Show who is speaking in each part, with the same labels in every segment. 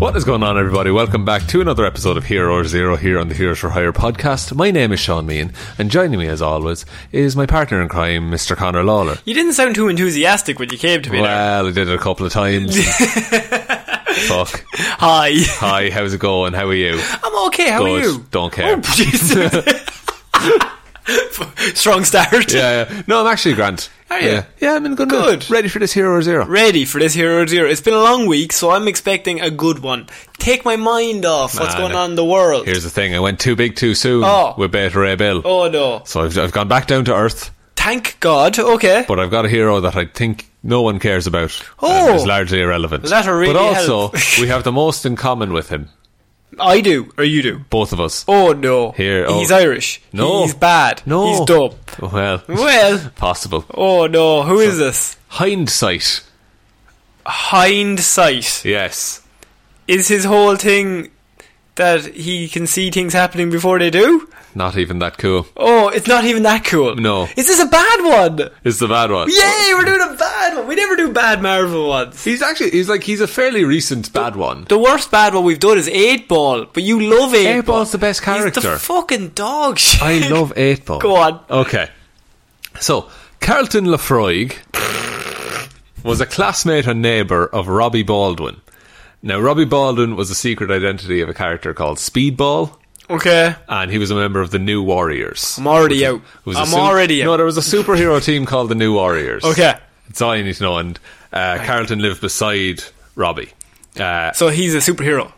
Speaker 1: What is going on, everybody? Welcome back to another episode of Hero or Zero here on the Heroes for Hire podcast. My name is Sean Meehan, and joining me, as always, is my partner in crime, Mr. Connor Lawler.
Speaker 2: You didn't sound too enthusiastic when you came to me there.
Speaker 1: Well, I did it a couple of times. Fuck.
Speaker 2: Hi.
Speaker 1: Hi, how's it going? How are you?
Speaker 2: I'm okay, how
Speaker 1: Good.
Speaker 2: are you?
Speaker 1: Don't care.
Speaker 2: Oh, Jesus. Strong start.
Speaker 1: Yeah, yeah. No, I'm actually Grant.
Speaker 2: Are you?
Speaker 1: Yeah, yeah I'm in good. mood.
Speaker 2: Good.
Speaker 1: Ready for this Hero or Zero?
Speaker 2: Ready for this Hero Zero. It's been a long week, so I'm expecting a good one. Take my mind off what's
Speaker 1: Nah,
Speaker 2: going
Speaker 1: no.
Speaker 2: on in the world.
Speaker 1: Here's the thing. I went too big too soon
Speaker 2: Oh.
Speaker 1: with Beta Ray Bill.
Speaker 2: oh no.
Speaker 1: So I've, I've gone back down to earth,
Speaker 2: Thank God. Okay.
Speaker 1: but I've got a hero that I think no one cares about.
Speaker 2: Oh.
Speaker 1: is largely irrelevant.
Speaker 2: That'll really
Speaker 1: but also,
Speaker 2: help.
Speaker 1: we have the most in common with him,
Speaker 2: I do, or you do.
Speaker 1: both of us.
Speaker 2: Oh no.
Speaker 1: Here, oh.
Speaker 2: He's Irish.
Speaker 1: No.
Speaker 2: He's bad.
Speaker 1: No.
Speaker 2: He's dumb.
Speaker 1: Well,
Speaker 2: Well.
Speaker 1: possible.
Speaker 2: Oh no. Who is this?
Speaker 1: Hindsight.
Speaker 2: Hindsight.
Speaker 1: Yes.
Speaker 2: Is his whole thing that he can see things happening before they do?
Speaker 1: Not even that cool.
Speaker 2: Oh, it's not even that cool.
Speaker 1: No.
Speaker 2: Is this a bad one?
Speaker 1: It's the bad one.
Speaker 2: Yay, we're doing a bad one. We never do bad Marvel ones.
Speaker 1: He's actually, he's like, he's a fairly recent bad one.
Speaker 2: The worst bad one we've done is 8 Ball, but you love 8
Speaker 1: Eight Ball's the best
Speaker 2: He's
Speaker 1: character.
Speaker 2: the fucking dog shit.
Speaker 1: I love 8 Ball.
Speaker 2: Go on.
Speaker 1: Okay. So, Carlton Lafroig was a classmate and neighbour of Robbie Baldwin. Now, Robbie Baldwin was a secret identity of a character called Speedball,
Speaker 2: Okay.
Speaker 1: and he was a member of the New Warriors.
Speaker 2: I'm already out.
Speaker 1: It was a
Speaker 2: I'm
Speaker 1: su-
Speaker 2: already out.
Speaker 1: No, there was a superhero team called the New Warriors.
Speaker 2: Okay.
Speaker 1: That's all you need to know. And uh, Carlton lived beside Robbie. Uh,
Speaker 2: So he's a superhero.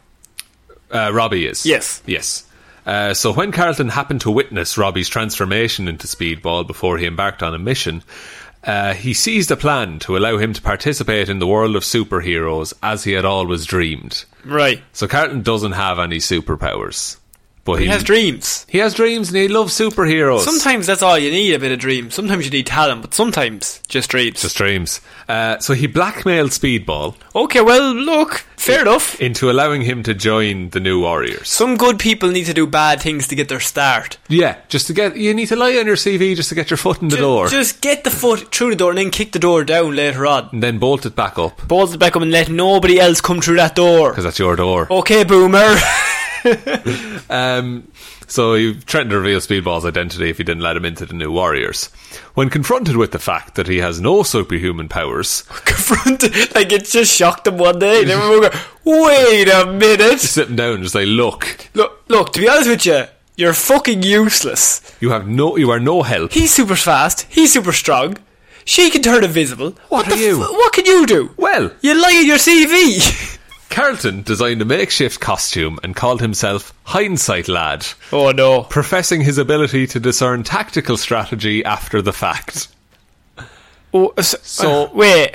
Speaker 1: uh, Robbie is.
Speaker 2: Yes.
Speaker 1: Yes. Uh, so when Carlton happened to witness Robbie's transformation into Speedball before he embarked on a mission, uh, he seized a plan to allow him to participate in the world of superheroes as he had always dreamed.
Speaker 2: Right.
Speaker 1: So Carlton doesn't have any superpowers, but he,
Speaker 2: He has dreams.
Speaker 1: He has dreams and he loves superheroes.
Speaker 2: Sometimes that's all you need, a bit of dreams. Sometimes you need talent, but sometimes just dreams.
Speaker 1: just dreams. Uh, so he blackmailed Speedball
Speaker 2: okay, well, look, fair enough.
Speaker 1: into allowing him to join the New Warriors.
Speaker 2: Some good people need to do bad things to get their start.
Speaker 1: yeah, just to get you need to lie on your CV just to get your foot in the
Speaker 2: Ju-
Speaker 1: door,
Speaker 2: Just get the foot through the door and then kick the door down later on.
Speaker 1: and then bolt it back up
Speaker 2: Balls it back up and let nobody else come through that door.
Speaker 1: because that's your door.
Speaker 2: Okay, boomer.
Speaker 1: Um, so he threatened to reveal Speedball's identity if he didn't let him into the New Warriors. When confronted with the fact that he has no superhuman powers,
Speaker 2: Confronted. Like, it just shocked them one day. They were going, wait a minute.
Speaker 1: sitting down and say, "Look,
Speaker 2: Look, look, to be honest with you, you're fucking useless.
Speaker 1: you have no, you are no help."
Speaker 2: He's super fast. He's super strong. She can turn invisible.
Speaker 1: What
Speaker 2: the
Speaker 1: are you?
Speaker 2: F- what can you do?
Speaker 1: Well,
Speaker 2: You lie in your CV.
Speaker 1: Carlton designed a makeshift costume and called himself Hindsight Lad.
Speaker 2: oh no.
Speaker 1: professing his ability to discern tactical strategy after the fact.
Speaker 2: Oh, so,
Speaker 1: So-
Speaker 2: wait.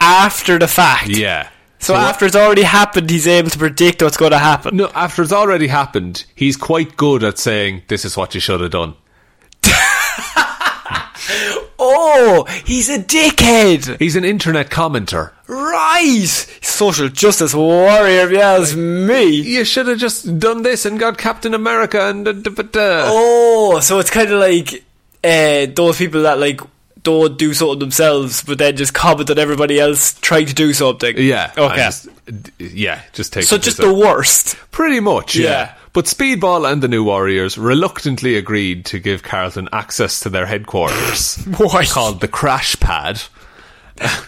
Speaker 2: After the fact.
Speaker 1: Yeah.
Speaker 2: So, after it's already happened, he's able to predict what's going to happen.
Speaker 1: No, after it's already happened, he's quite good at saying, this is what you should have done.
Speaker 2: Oh, he's a dickhead.
Speaker 1: He's an internet commenter.
Speaker 2: Right. Social justice warrior, if you ask me.
Speaker 1: You should have just done this and got Captain America and. da- da- da- da.
Speaker 2: Oh, so it's kind of like uh, those people that like don't do something themselves, but then just comment on everybody else trying to do something.
Speaker 1: Yeah. I
Speaker 2: Okay.
Speaker 1: just- d- yeah, just take
Speaker 2: so
Speaker 1: the
Speaker 2: just
Speaker 1: piss out.
Speaker 2: the worst.
Speaker 1: Pretty much, yeah.
Speaker 2: Yeah.
Speaker 1: But Speedball and the New Warriors reluctantly agreed to give Carlton access to their headquarters,
Speaker 2: Why?
Speaker 1: called the Crash Pad.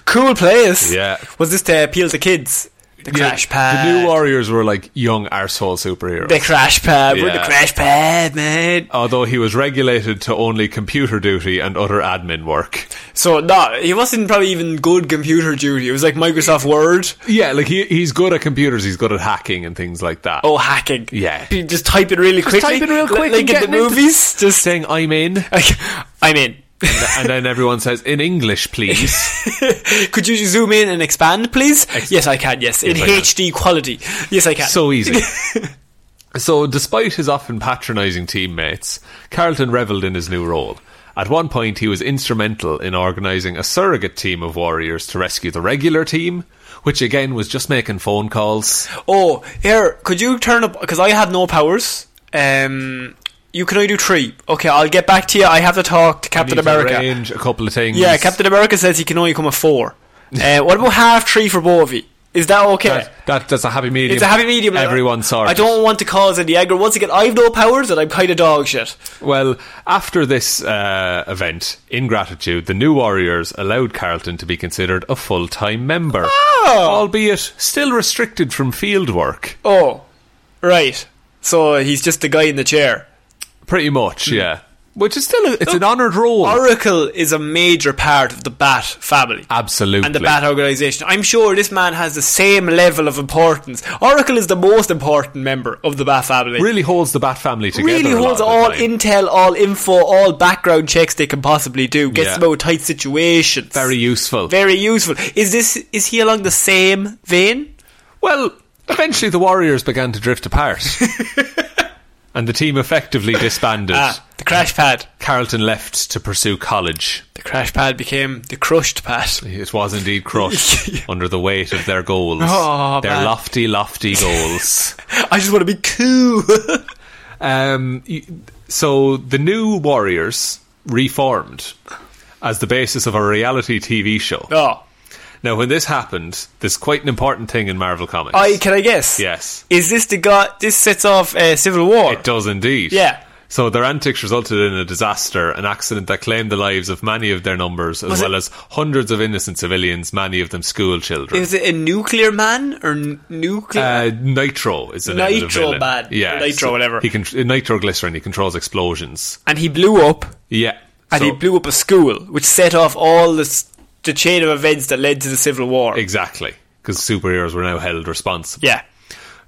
Speaker 2: Cool place.
Speaker 1: Yeah.
Speaker 2: Was this to appeal to kids? The
Speaker 1: Yeah,
Speaker 2: crash pad.
Speaker 1: The New Warriors were like young arsehole superheroes.
Speaker 2: The crash pad. We're the
Speaker 1: Yeah.
Speaker 2: crash pad, man.
Speaker 1: Although he was regulated to only computer duty and other admin work.
Speaker 2: So no, he wasn't probably even good computer duty. It was like Microsoft Word.
Speaker 1: Yeah, like he, he's good at computers, he's good at hacking and things like that.
Speaker 2: Oh, hacking.
Speaker 1: Yeah.
Speaker 2: You just type it really quickly.
Speaker 1: type it real
Speaker 2: li-
Speaker 1: quick and
Speaker 2: like in
Speaker 1: get
Speaker 2: the
Speaker 1: into-
Speaker 2: movies.
Speaker 1: just saying I'm in.
Speaker 2: Like, I'm in.
Speaker 1: and then everyone says, in English, please.
Speaker 2: Could you zoom in and expand, please? yes, I can. Yes, in
Speaker 1: I can.
Speaker 2: HD quality. Yes, I can.
Speaker 1: so easy. So, despite his often patronising teammates, Carlton revelled in his new role. At one point, he was instrumental in organising a surrogate team of warriors to rescue the regular team, which again was just making phone calls.
Speaker 2: oh, here, could you turn up? Because I had no powers. Um, you can only do three. Okay, I'll get back to you. I have to talk to Captain
Speaker 1: Need to
Speaker 2: America.
Speaker 1: arrange a couple of things.
Speaker 2: Yeah, Captain America says he can only come at four. uh, what about half three for both of you? Is that okay?
Speaker 1: That, that, that's a happy medium.
Speaker 2: It's a happy medium.
Speaker 1: Everyone sorry.
Speaker 2: I don't want to cause any aggro. Once again, I've no powers and I'm kind of dog shit.
Speaker 1: Well, after this uh, event, in gratitude, the new Warriors allowed Carlton to be considered a full time member, albeit still restricted from field work.
Speaker 2: Oh, right. So he's just the guy in the chair.
Speaker 1: Pretty much,
Speaker 2: Hmm.
Speaker 1: yeah. Which is still a, it's
Speaker 2: Oh,
Speaker 1: an honoured role.
Speaker 2: Oracle is a major part of the Bat family.
Speaker 1: Absolutely.
Speaker 2: And the Bat organization. I'm sure this man has the same level of importance. Oracle is the most important member of the Bat family.
Speaker 1: really holds the Bat family together.
Speaker 2: Really
Speaker 1: a lot
Speaker 2: holds
Speaker 1: of the
Speaker 2: all
Speaker 1: time.
Speaker 2: intel, all info, all background checks they can possibly do. Gets
Speaker 1: Yeah.
Speaker 2: them out of tight situations.
Speaker 1: Very useful.
Speaker 2: very useful. Is this is he along the same vein?
Speaker 1: well, eventually the Warriors began to drift apart. and the team effectively disbanded.
Speaker 2: Ah, the crash pad.
Speaker 1: Carlton left to pursue college.
Speaker 2: The crash pad became the crushed pad.
Speaker 1: It was indeed crushed under the weight of their goals.
Speaker 2: Oh,
Speaker 1: their
Speaker 2: man.
Speaker 1: lofty, lofty goals.
Speaker 2: I just want to be cool.
Speaker 1: Um, y- so the new Warriors reformed as the basis of a reality TV show.
Speaker 2: oh,
Speaker 1: Now, when this happened, there's quite an important thing in Marvel Comics.
Speaker 2: I can I guess?
Speaker 1: yes,
Speaker 2: Is this the guy? This sets off uh, Civil War.
Speaker 1: it does indeed.
Speaker 2: Yeah.
Speaker 1: So their antics resulted in a disaster, an accident that claimed the lives of many of their numbers, as
Speaker 2: Was
Speaker 1: well
Speaker 2: it-
Speaker 1: as hundreds of innocent civilians, many of them school children.
Speaker 2: Is it a nuclear man or n- nuclear?
Speaker 1: Uh, Nitro is the name of the
Speaker 2: Nitro
Speaker 1: villain.
Speaker 2: Man.
Speaker 1: Yeah,
Speaker 2: Nitro,
Speaker 1: so
Speaker 2: whatever.
Speaker 1: He can nitroglycerin. He controls explosions.
Speaker 2: and he blew up,
Speaker 1: Yeah,
Speaker 2: and
Speaker 1: So-
Speaker 2: he blew up a school, which set off all this, the chain of events that led to the Civil War.
Speaker 1: exactly because superheroes were now held responsible.
Speaker 2: yeah.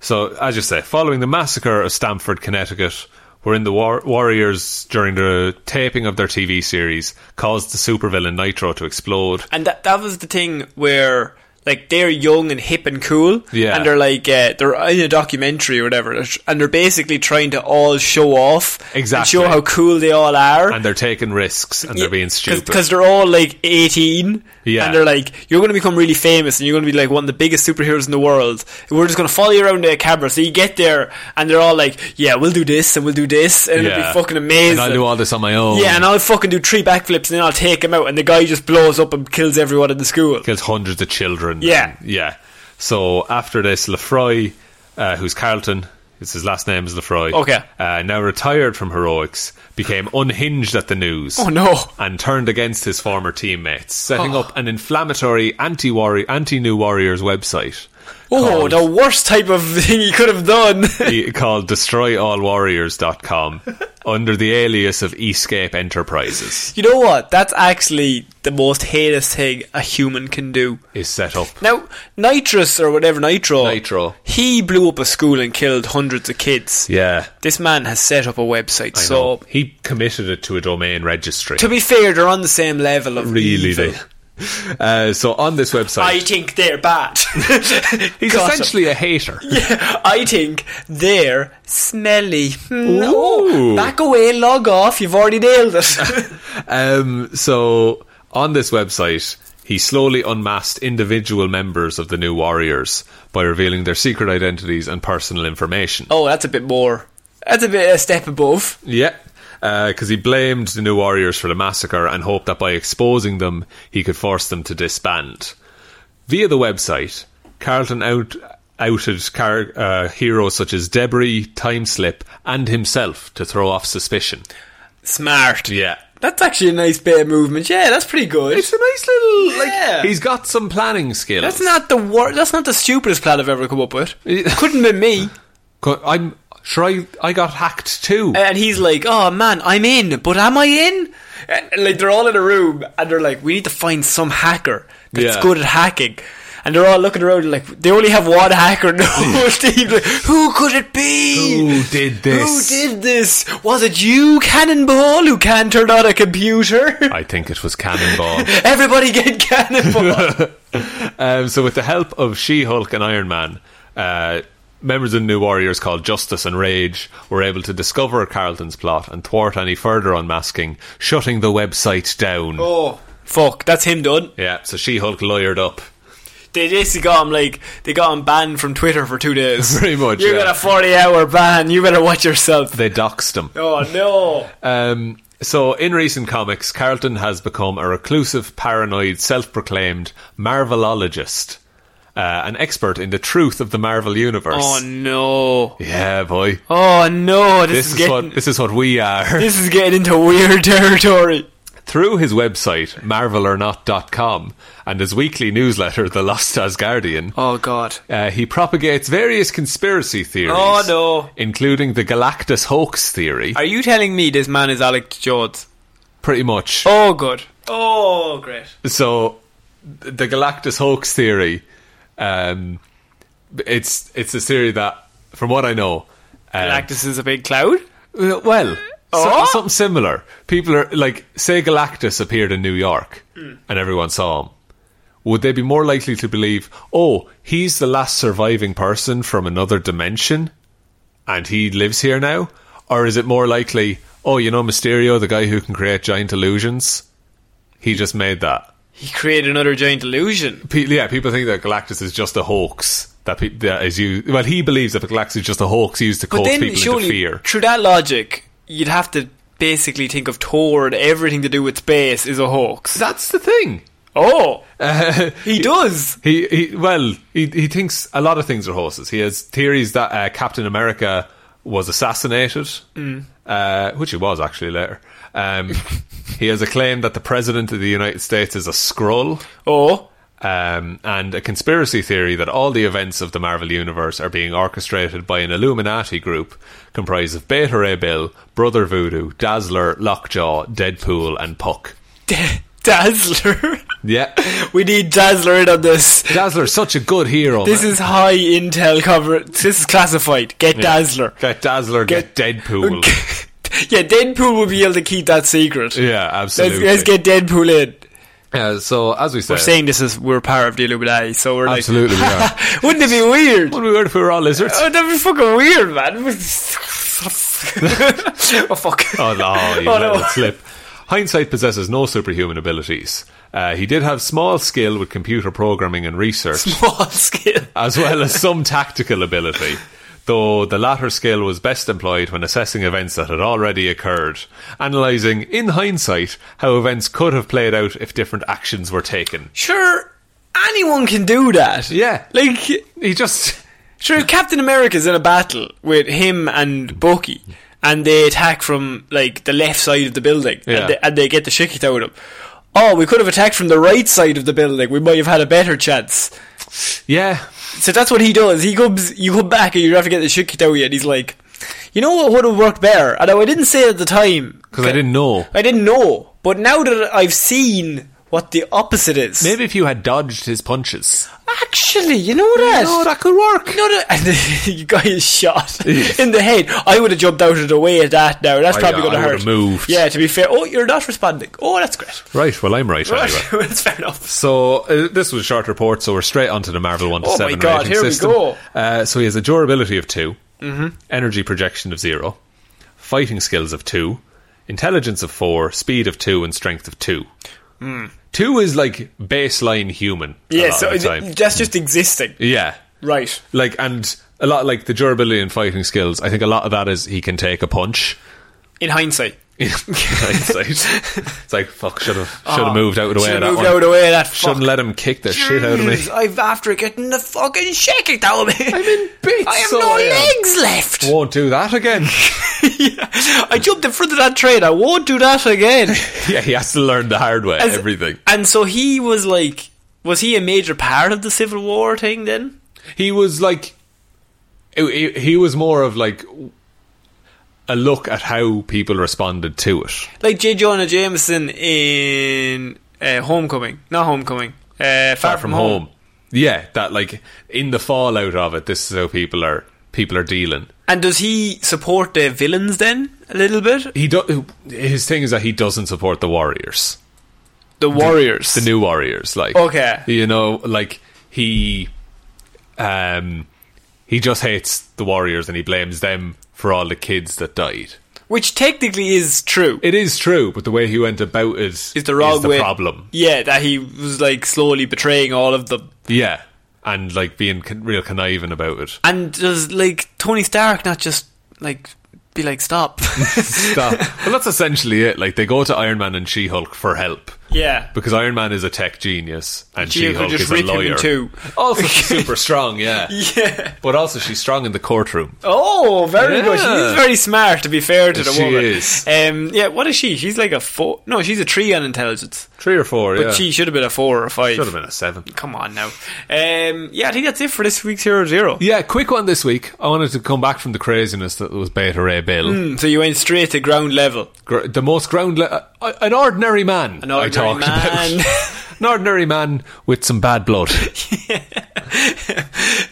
Speaker 1: So, as you say, following the massacre of Stamford, Connecticut, wherein the war- Warriors, during the taping of their TV series, caused the supervillain Nitro to explode.
Speaker 2: And that that was the thing where like they're young and hip and cool,
Speaker 1: Yeah.
Speaker 2: and they're like uh, they're in a documentary or whatever, they're tr- and they're basically trying to all show off, and
Speaker 1: Exactly.
Speaker 2: show how cool they all are.
Speaker 1: And they're taking risks and they're being stupid.
Speaker 2: because they're all like 18
Speaker 1: Yeah.
Speaker 2: and they're like you're going to become really famous and you're going to be like one of the biggest superheroes in the world and we're just going to follow you around the camera so you get there and they're all like yeah we'll do this and we'll do this and it'll
Speaker 1: Yeah.
Speaker 2: be fucking amazing
Speaker 1: And I'll do all this on my own.
Speaker 2: yeah and I'll fucking do three backflips and then I'll take him out and the guy just blows up and kills everyone in the school
Speaker 1: kills hundreds of children.
Speaker 2: Yeah.
Speaker 1: And- yeah. So after this, Lefroy, uh, who's Carlton, it's his last name is Lefroy.
Speaker 2: Okay.
Speaker 1: Uh, now retired from heroics, became unhinged at the news.
Speaker 2: Oh, no. Oh.
Speaker 1: And turned against his former teammates, setting up an inflammatory anti-warrior, anti-new warriors website.
Speaker 2: Oh,
Speaker 1: called-
Speaker 2: the worst type of thing he could have done.
Speaker 1: he- called destroyallwarriors.com under the alias of Escape Enterprises
Speaker 2: you know what? That's actually the most heinous thing a human can do.
Speaker 1: is set up.
Speaker 2: Now, Nitrous or whatever Nitro,
Speaker 1: Nitro.
Speaker 2: he blew up a school and killed hundreds of kids.
Speaker 1: Yeah.
Speaker 2: This man has set up a website.
Speaker 1: I
Speaker 2: so,
Speaker 1: know. he committed it to a domain registry.
Speaker 2: to be fair, they're on the same level of
Speaker 1: really
Speaker 2: evil.
Speaker 1: do. Uh, so on this website,
Speaker 2: I think they're bad.
Speaker 1: he's
Speaker 2: Got 'em.
Speaker 1: essentially a hater.
Speaker 2: I think they're smelly. Hmm. Oh, No,
Speaker 1: Ooh.
Speaker 2: back away, log off. You've already nailed it.
Speaker 1: Um, so On this website, he slowly unmasked individual members of the New Warriors by revealing their secret identities and personal information.
Speaker 2: Oh, that's a bit more. That's a bit a step above.
Speaker 1: Yeah, because he blamed the New Warriors for the massacre and hoped that by exposing them, he could force them to disband. Via the website, Carlton out, outed car, uh, heroes such as Debris, Timeslip, and himself to throw off suspicion.
Speaker 2: Smart.
Speaker 1: Yeah.
Speaker 2: That's actually a nice bit of movement. Yeah, that's pretty good.
Speaker 1: It's a nice little. Like,
Speaker 2: Yeah.
Speaker 1: He's got some planning skills.
Speaker 2: that's not the wor- That's not the stupidest plan I've ever come up with. Couldn't be me.
Speaker 1: Co- I'm sure I, I got hacked too.
Speaker 2: And he's like, "Oh man, I'm in, but am I in?" And, and, like they're all in a room, and they're like, "We need to find some hacker that's
Speaker 1: Yeah.
Speaker 2: good at hacking." And they're all looking around and like they only have one hacker in the whole team. Like, Who could it be?
Speaker 1: Who did this?
Speaker 2: Who did this? Was it you, Cannonball, who can turn on a computer?
Speaker 1: I think it was Cannonball.
Speaker 2: Everybody get Cannonball.
Speaker 1: Um, so, with the help of She Hulk and Iron Man, uh, members of the New Warriors called Justice and Rage were able to discover Carlton's plot and thwart any further unmasking, shutting the website down.
Speaker 2: oh, fuck! That's him done.
Speaker 1: Yeah, so She Hulk lawyered up.
Speaker 2: They basically got him like they got him banned from Twitter for two days.
Speaker 1: Pretty much,
Speaker 2: You
Speaker 1: yeah.
Speaker 2: got a forty-hour ban. You better watch yourself.
Speaker 1: They doxed him.
Speaker 2: Oh no!
Speaker 1: Um, so, in recent comics, Carlton has become a reclusive, paranoid, self proclaimed Marvelologist, uh, an expert in the truth of the Marvel Universe.
Speaker 2: Oh no!
Speaker 1: Yeah, boy.
Speaker 2: Oh no! This,
Speaker 1: This
Speaker 2: is,
Speaker 1: is
Speaker 2: getting
Speaker 1: what this is what we are.
Speaker 2: this is getting into weird territory.
Speaker 1: Through his website, marvelornot.com, and his weekly newsletter, The Lost Asgardian,
Speaker 2: Oh god!
Speaker 1: uh, he propagates various conspiracy theories.
Speaker 2: Oh, no.
Speaker 1: Including the Galactus hoax theory.
Speaker 2: Are you telling me this man is Alec Jones?
Speaker 1: pretty much.
Speaker 2: Oh good. Oh great.
Speaker 1: So, th- the Galactus hoax theory, um, it's it's a theory that, from what I know, uh,
Speaker 2: Galactus is a big cloud.
Speaker 1: Uh, Well, so-
Speaker 2: Oh?
Speaker 1: something similar. People are like, say Galactus appeared in New York
Speaker 2: Mm.
Speaker 1: and everyone saw him. Would they be more likely to believe, oh, he's the last surviving person from another dimension and he lives here now? Or is it more likely, oh, you know Mysterio, the guy who can create giant illusions? He just made that.
Speaker 2: He created another giant illusion.
Speaker 1: Pe- yeah, people think that Galactus is just a hoax. That, pe- that is used. Well, he believes that Galactus is just a hoax used to
Speaker 2: But
Speaker 1: coax
Speaker 2: then
Speaker 1: people
Speaker 2: surely
Speaker 1: into fear.
Speaker 2: through that logic, you'd have to basically think of Thor and everything to do with space is a hoax.
Speaker 1: That's the thing.
Speaker 2: Oh, he does.
Speaker 1: Uh, He, he well, he, he thinks a lot of things are horses. He has theories that uh, Captain America was assassinated,
Speaker 2: Mm.
Speaker 1: uh, which he was actually later. Um, he has a claim that the president of the United States is a scroll,
Speaker 2: Oh,
Speaker 1: um, and a conspiracy theory that all the events of the Marvel Universe are being orchestrated by an Illuminati group comprised of Beta Ray Bill, Brother Voodoo, Dazzler, Lockjaw, Deadpool, and Puck.
Speaker 2: Dazzler.
Speaker 1: Yeah,
Speaker 2: we need Dazzler in on this.
Speaker 1: Dazzler's such a good hero.
Speaker 2: This
Speaker 1: man.
Speaker 2: is high intel coverage. This is classified. Get Dazzler.
Speaker 1: Get Dazzler, get, Deadpool.
Speaker 2: yeah, Deadpool will be able to keep that secret.
Speaker 1: Yeah,
Speaker 2: Let's,
Speaker 1: absolutely.
Speaker 2: let's get Deadpool in.
Speaker 1: Uh, so as we said,
Speaker 2: We're saying this is we're part of the Illuminati, so we're
Speaker 1: absolutely we are.
Speaker 2: like, wouldn't it be weird?
Speaker 1: Would we were if we were all lizards?
Speaker 2: Oh, that'd be fucking weird, man. oh fuck.
Speaker 1: Oh no, you
Speaker 2: Oh,
Speaker 1: let
Speaker 2: no.
Speaker 1: it slip. Hindsight possesses no superhuman abilities. Uh, he did have small skill with computer programming and research,
Speaker 2: Small scale.
Speaker 1: as well as some tactical ability. Though the latter skill was best employed when assessing events that had already occurred, analysing, in hindsight, how events could have played out if different actions were taken.
Speaker 2: Sure, anyone can do that.
Speaker 1: Yeah.
Speaker 2: Like,
Speaker 1: He just.
Speaker 2: sure, Captain America's in a battle with him and Bucky, and they attack from, like, the left side of the building,
Speaker 1: Yeah.
Speaker 2: and, they, and they get the shit kicked out of them. Oh, we could have attacked from the right side of the building. We might have had a better chance.
Speaker 1: Yeah.
Speaker 2: So that's what he does. He comes, you come back, and you have to get the shit kicked out of you. And he's like, you know what would have worked better? And I didn't say it at the time
Speaker 1: Because I didn't know.
Speaker 2: I didn't know, but now that I've seen what the opposite is,
Speaker 1: Maybe if you had dodged his punches.
Speaker 2: actually, you know that.
Speaker 1: No, that could work.
Speaker 2: No, no, and the guy is shot in the head. I would have jumped out of the way of that now. That's
Speaker 1: I-
Speaker 2: probably
Speaker 1: I
Speaker 2: going to
Speaker 1: would have
Speaker 2: hurt.
Speaker 1: moved.
Speaker 2: Yeah, to be fair. Oh, you're not responding. Oh, that's great.
Speaker 1: Right, well, I'm right,
Speaker 2: Right,
Speaker 1: anyway.
Speaker 2: that's fair enough.
Speaker 1: So uh, this was a short report, so we're straight onto the Marvel one to
Speaker 2: Oh my
Speaker 1: seven
Speaker 2: God,
Speaker 1: rating
Speaker 2: here we
Speaker 1: system.
Speaker 2: go. Mm-hmm.
Speaker 1: Uh, so he has a durability of 2 energy projection of zero, fighting skills of two, intelligence of four, speed of two, and strength of two. Two is like baseline human. a
Speaker 2: Hmm. Yeah,
Speaker 1: lot
Speaker 2: so
Speaker 1: of the
Speaker 2: it-
Speaker 1: time.
Speaker 2: that's just existing.
Speaker 1: yeah,
Speaker 2: Right.
Speaker 1: like and a lot like the durability and fighting skills. I think a lot of that is he can take a punch.
Speaker 2: In hindsight.
Speaker 1: In hindsight. it's like fuck. Should have should have Oh, moved out of the way.
Speaker 2: Should
Speaker 1: of that
Speaker 2: have moved
Speaker 1: one.
Speaker 2: out of the way of that
Speaker 1: Shouldn't
Speaker 2: fuck.
Speaker 1: let him kick the shit out of me.
Speaker 2: Jeez, I'm after getting the fucking shit kicked out of me. I'm
Speaker 1: in bits,
Speaker 2: I have
Speaker 1: so
Speaker 2: no
Speaker 1: I am.
Speaker 2: legs left.
Speaker 1: Won't do that again.
Speaker 2: yeah. I jumped in front of that train. I won't do that again.
Speaker 1: yeah, he has to learn the hard way.
Speaker 2: As-
Speaker 1: everything.
Speaker 2: And so he was like, was he a major part of the Civil War thing then?
Speaker 1: he was like he, he was more of like a look at how people responded to it
Speaker 2: Like J. Jonah Jameson in uh, Homecoming, not Homecoming, uh, Far,
Speaker 1: far from home yeah that like in the fallout of it this is how people are people are dealing
Speaker 2: And does he support the villains then a little bit?
Speaker 1: he do- his thing is that he doesn't support the warriors
Speaker 2: The Warriors,
Speaker 1: the new warriors like
Speaker 2: Okay.
Speaker 1: you know like he um he just hates the warriors and he blames them for all the kids that died
Speaker 2: which technically is true.
Speaker 1: it is true but the way he went about it is
Speaker 2: It's the wrong way.
Speaker 1: problem
Speaker 2: Yeah, that he was like slowly betraying all of them.
Speaker 1: Yeah, and like being con- real conniving about it.
Speaker 2: And does like Tony Stark not just like be like stop?
Speaker 1: Stop. well, that's essentially it. Like they go to Iron Man and She Hulk for help
Speaker 2: yeah.
Speaker 1: because Iron Man is a tech genius and
Speaker 2: She
Speaker 1: She
Speaker 2: could
Speaker 1: Hulk
Speaker 2: just
Speaker 1: is a
Speaker 2: rip him in
Speaker 1: lawyer.
Speaker 2: two.
Speaker 1: Also, she's super strong. Yeah,
Speaker 2: Yeah.
Speaker 1: but also she's strong in the courtroom.
Speaker 2: Oh, very
Speaker 1: Yeah.
Speaker 2: good. She is very smart, to be fair to the
Speaker 1: She
Speaker 2: woman.
Speaker 1: is.
Speaker 2: Um, yeah, what is she? She's like a four. No, she's a three on intelligence.
Speaker 1: Three or four.
Speaker 2: But
Speaker 1: yeah,
Speaker 2: she should have been a four or a five.
Speaker 1: should have been a seven.
Speaker 2: Come on now. Um, yeah, I think that's it for this week's Hero Zero.
Speaker 1: Yeah, quick one this week. I wanted to come back from the craziness that was Beta Ray Bill.
Speaker 2: So you went straight to ground level.
Speaker 1: Gr- the most ground, le- uh, an ordinary man.
Speaker 2: An ordinary
Speaker 1: I talked
Speaker 2: man.
Speaker 1: about. an ordinary man with some bad blood.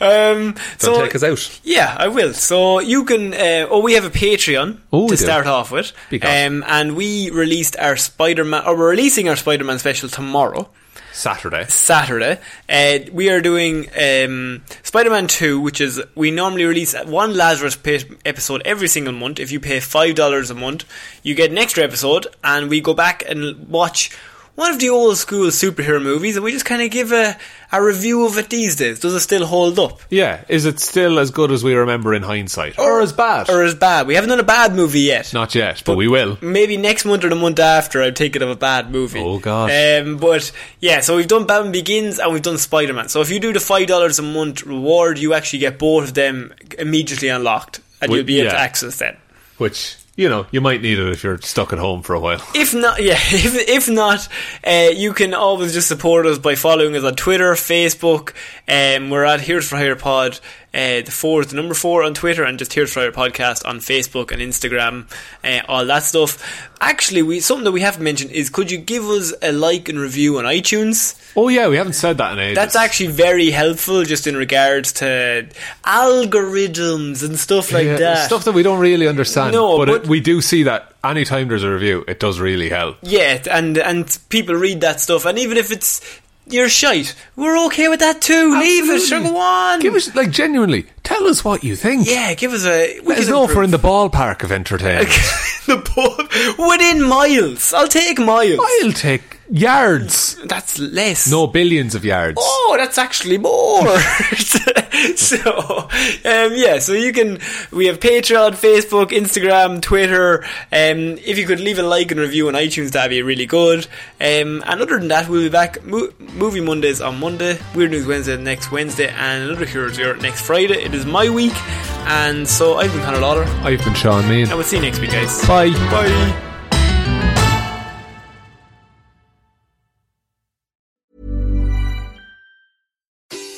Speaker 2: Um,
Speaker 1: Don't
Speaker 2: so
Speaker 1: take us out.
Speaker 2: Yeah, I will. So you can. Uh, oh, we have a Patreon
Speaker 1: Oh, we
Speaker 2: to
Speaker 1: do.
Speaker 2: start off with,
Speaker 1: Because-
Speaker 2: um, and we released our Spider Man, or we're releasing our Spider Man special tomorrow.
Speaker 1: Saturday.
Speaker 2: Saturday. Uh, we are doing um, Spider Man 2, which is we normally release one Lazarus Pit episode every single month. If you pay $5 a month, you get an extra episode, and we go back and watch one of the old school superhero movies, and we just kind of give a, a review of it these days. Does it still hold up?
Speaker 1: Yeah, is it still as good as we remember in hindsight, or as bad?
Speaker 2: Oh. Or Mm. is bad? We haven't done a bad movie yet.
Speaker 1: Not yet, but, we will.
Speaker 2: Maybe next month or the month after, I'm thinking of a bad movie.
Speaker 1: Oh, God.
Speaker 2: Um, but yeah, so we've done Batman Begins and we've done Spider Man. So if you do the five dollars a month reward, you actually get both of them immediately unlocked, and
Speaker 1: We-
Speaker 2: you'll be able to
Speaker 1: yeah.
Speaker 2: access them.
Speaker 1: Which you know you might need it if you're stuck at home for a while.
Speaker 2: If not, yeah, if, if not, uh, you can always just support us by following us on Twitter, Facebook. Um, we're at Here's for Hire Pod. Uh, the four is the number four on Twitter, and just Here's for Hire Podcast on Facebook and Instagram, uh, all that stuff. Actually, we something that we haven't mentioned is could you give us a like and review on iTunes?
Speaker 1: Oh yeah, we haven't said that in ages.
Speaker 2: That's actually very helpful, just in regards to algorithms and stuff like
Speaker 1: Yeah,
Speaker 2: that.
Speaker 1: stuff that we don't really understand.
Speaker 2: No,
Speaker 1: but,
Speaker 2: but-
Speaker 1: it, we do see that anytime there's a review, it does really help.
Speaker 2: Yeah, and and people read that stuff, and even if it's you're shite, we're okay with that too. Leave it, sure, go on.
Speaker 1: Give us like genuinely tell us what you think.
Speaker 2: yeah, give us a. We
Speaker 1: Let us
Speaker 2: can
Speaker 1: know if we're in
Speaker 2: improve.
Speaker 1: the ballpark of entertainment.
Speaker 2: the pub within miles. I'll take miles.
Speaker 1: I'll take yards,
Speaker 2: That's less.
Speaker 1: no billions of yards.
Speaker 2: Oh, that's actually more. so, um, yeah, so you can. We have Patreon, Facebook, Instagram, Twitter. Um, if you could leave a like and review on iTunes, that'd be really good. Um, and other than that, we'll be back mo- Movie Mondays on Monday, Weird News Wednesday next Wednesday, and another Heroes Zero next Friday. It is my week, and so I've been Connor Lauder, and
Speaker 1: I've been Sean Mean.
Speaker 2: we'll see you next week, guys.
Speaker 1: Bye.
Speaker 2: Bye.